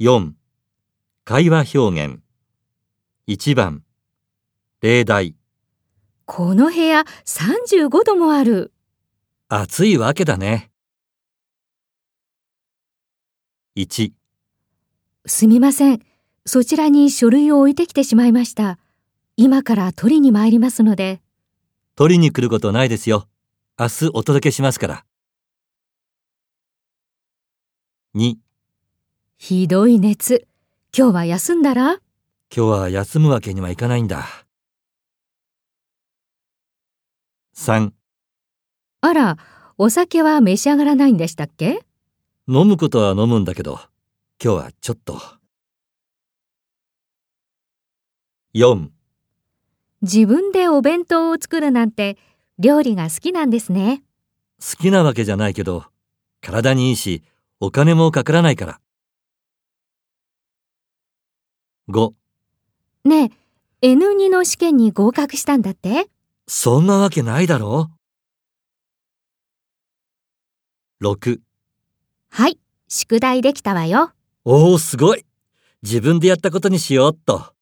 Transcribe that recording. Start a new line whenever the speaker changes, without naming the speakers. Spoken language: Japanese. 4. 会話表現。1番。例題。
この部屋35度もある。
暑いわけだね。1、
すみません。そちらに書類を置いてきてしまいました。今から取りに参りますので。
取りに来ることないですよ。明日お届けしますから。2、
ひどい熱。今日は休んだら
今日は休むわけにはいかないんだ。3、
あら、お酒は召し上がらないんでしたっけ
飲むことは飲むんだけど、今日はちょっと。4、
自分でお弁当を作るなんて料理が好きなんですね。
好きなわけじゃないけど、体にいいし、お金もかからないから。5、
ねえ、N2 の試験に合格したんだって
そんなわけないだろ ?6、
はい、宿題できたわよ。
おーすごい自分でやったことにしようっと。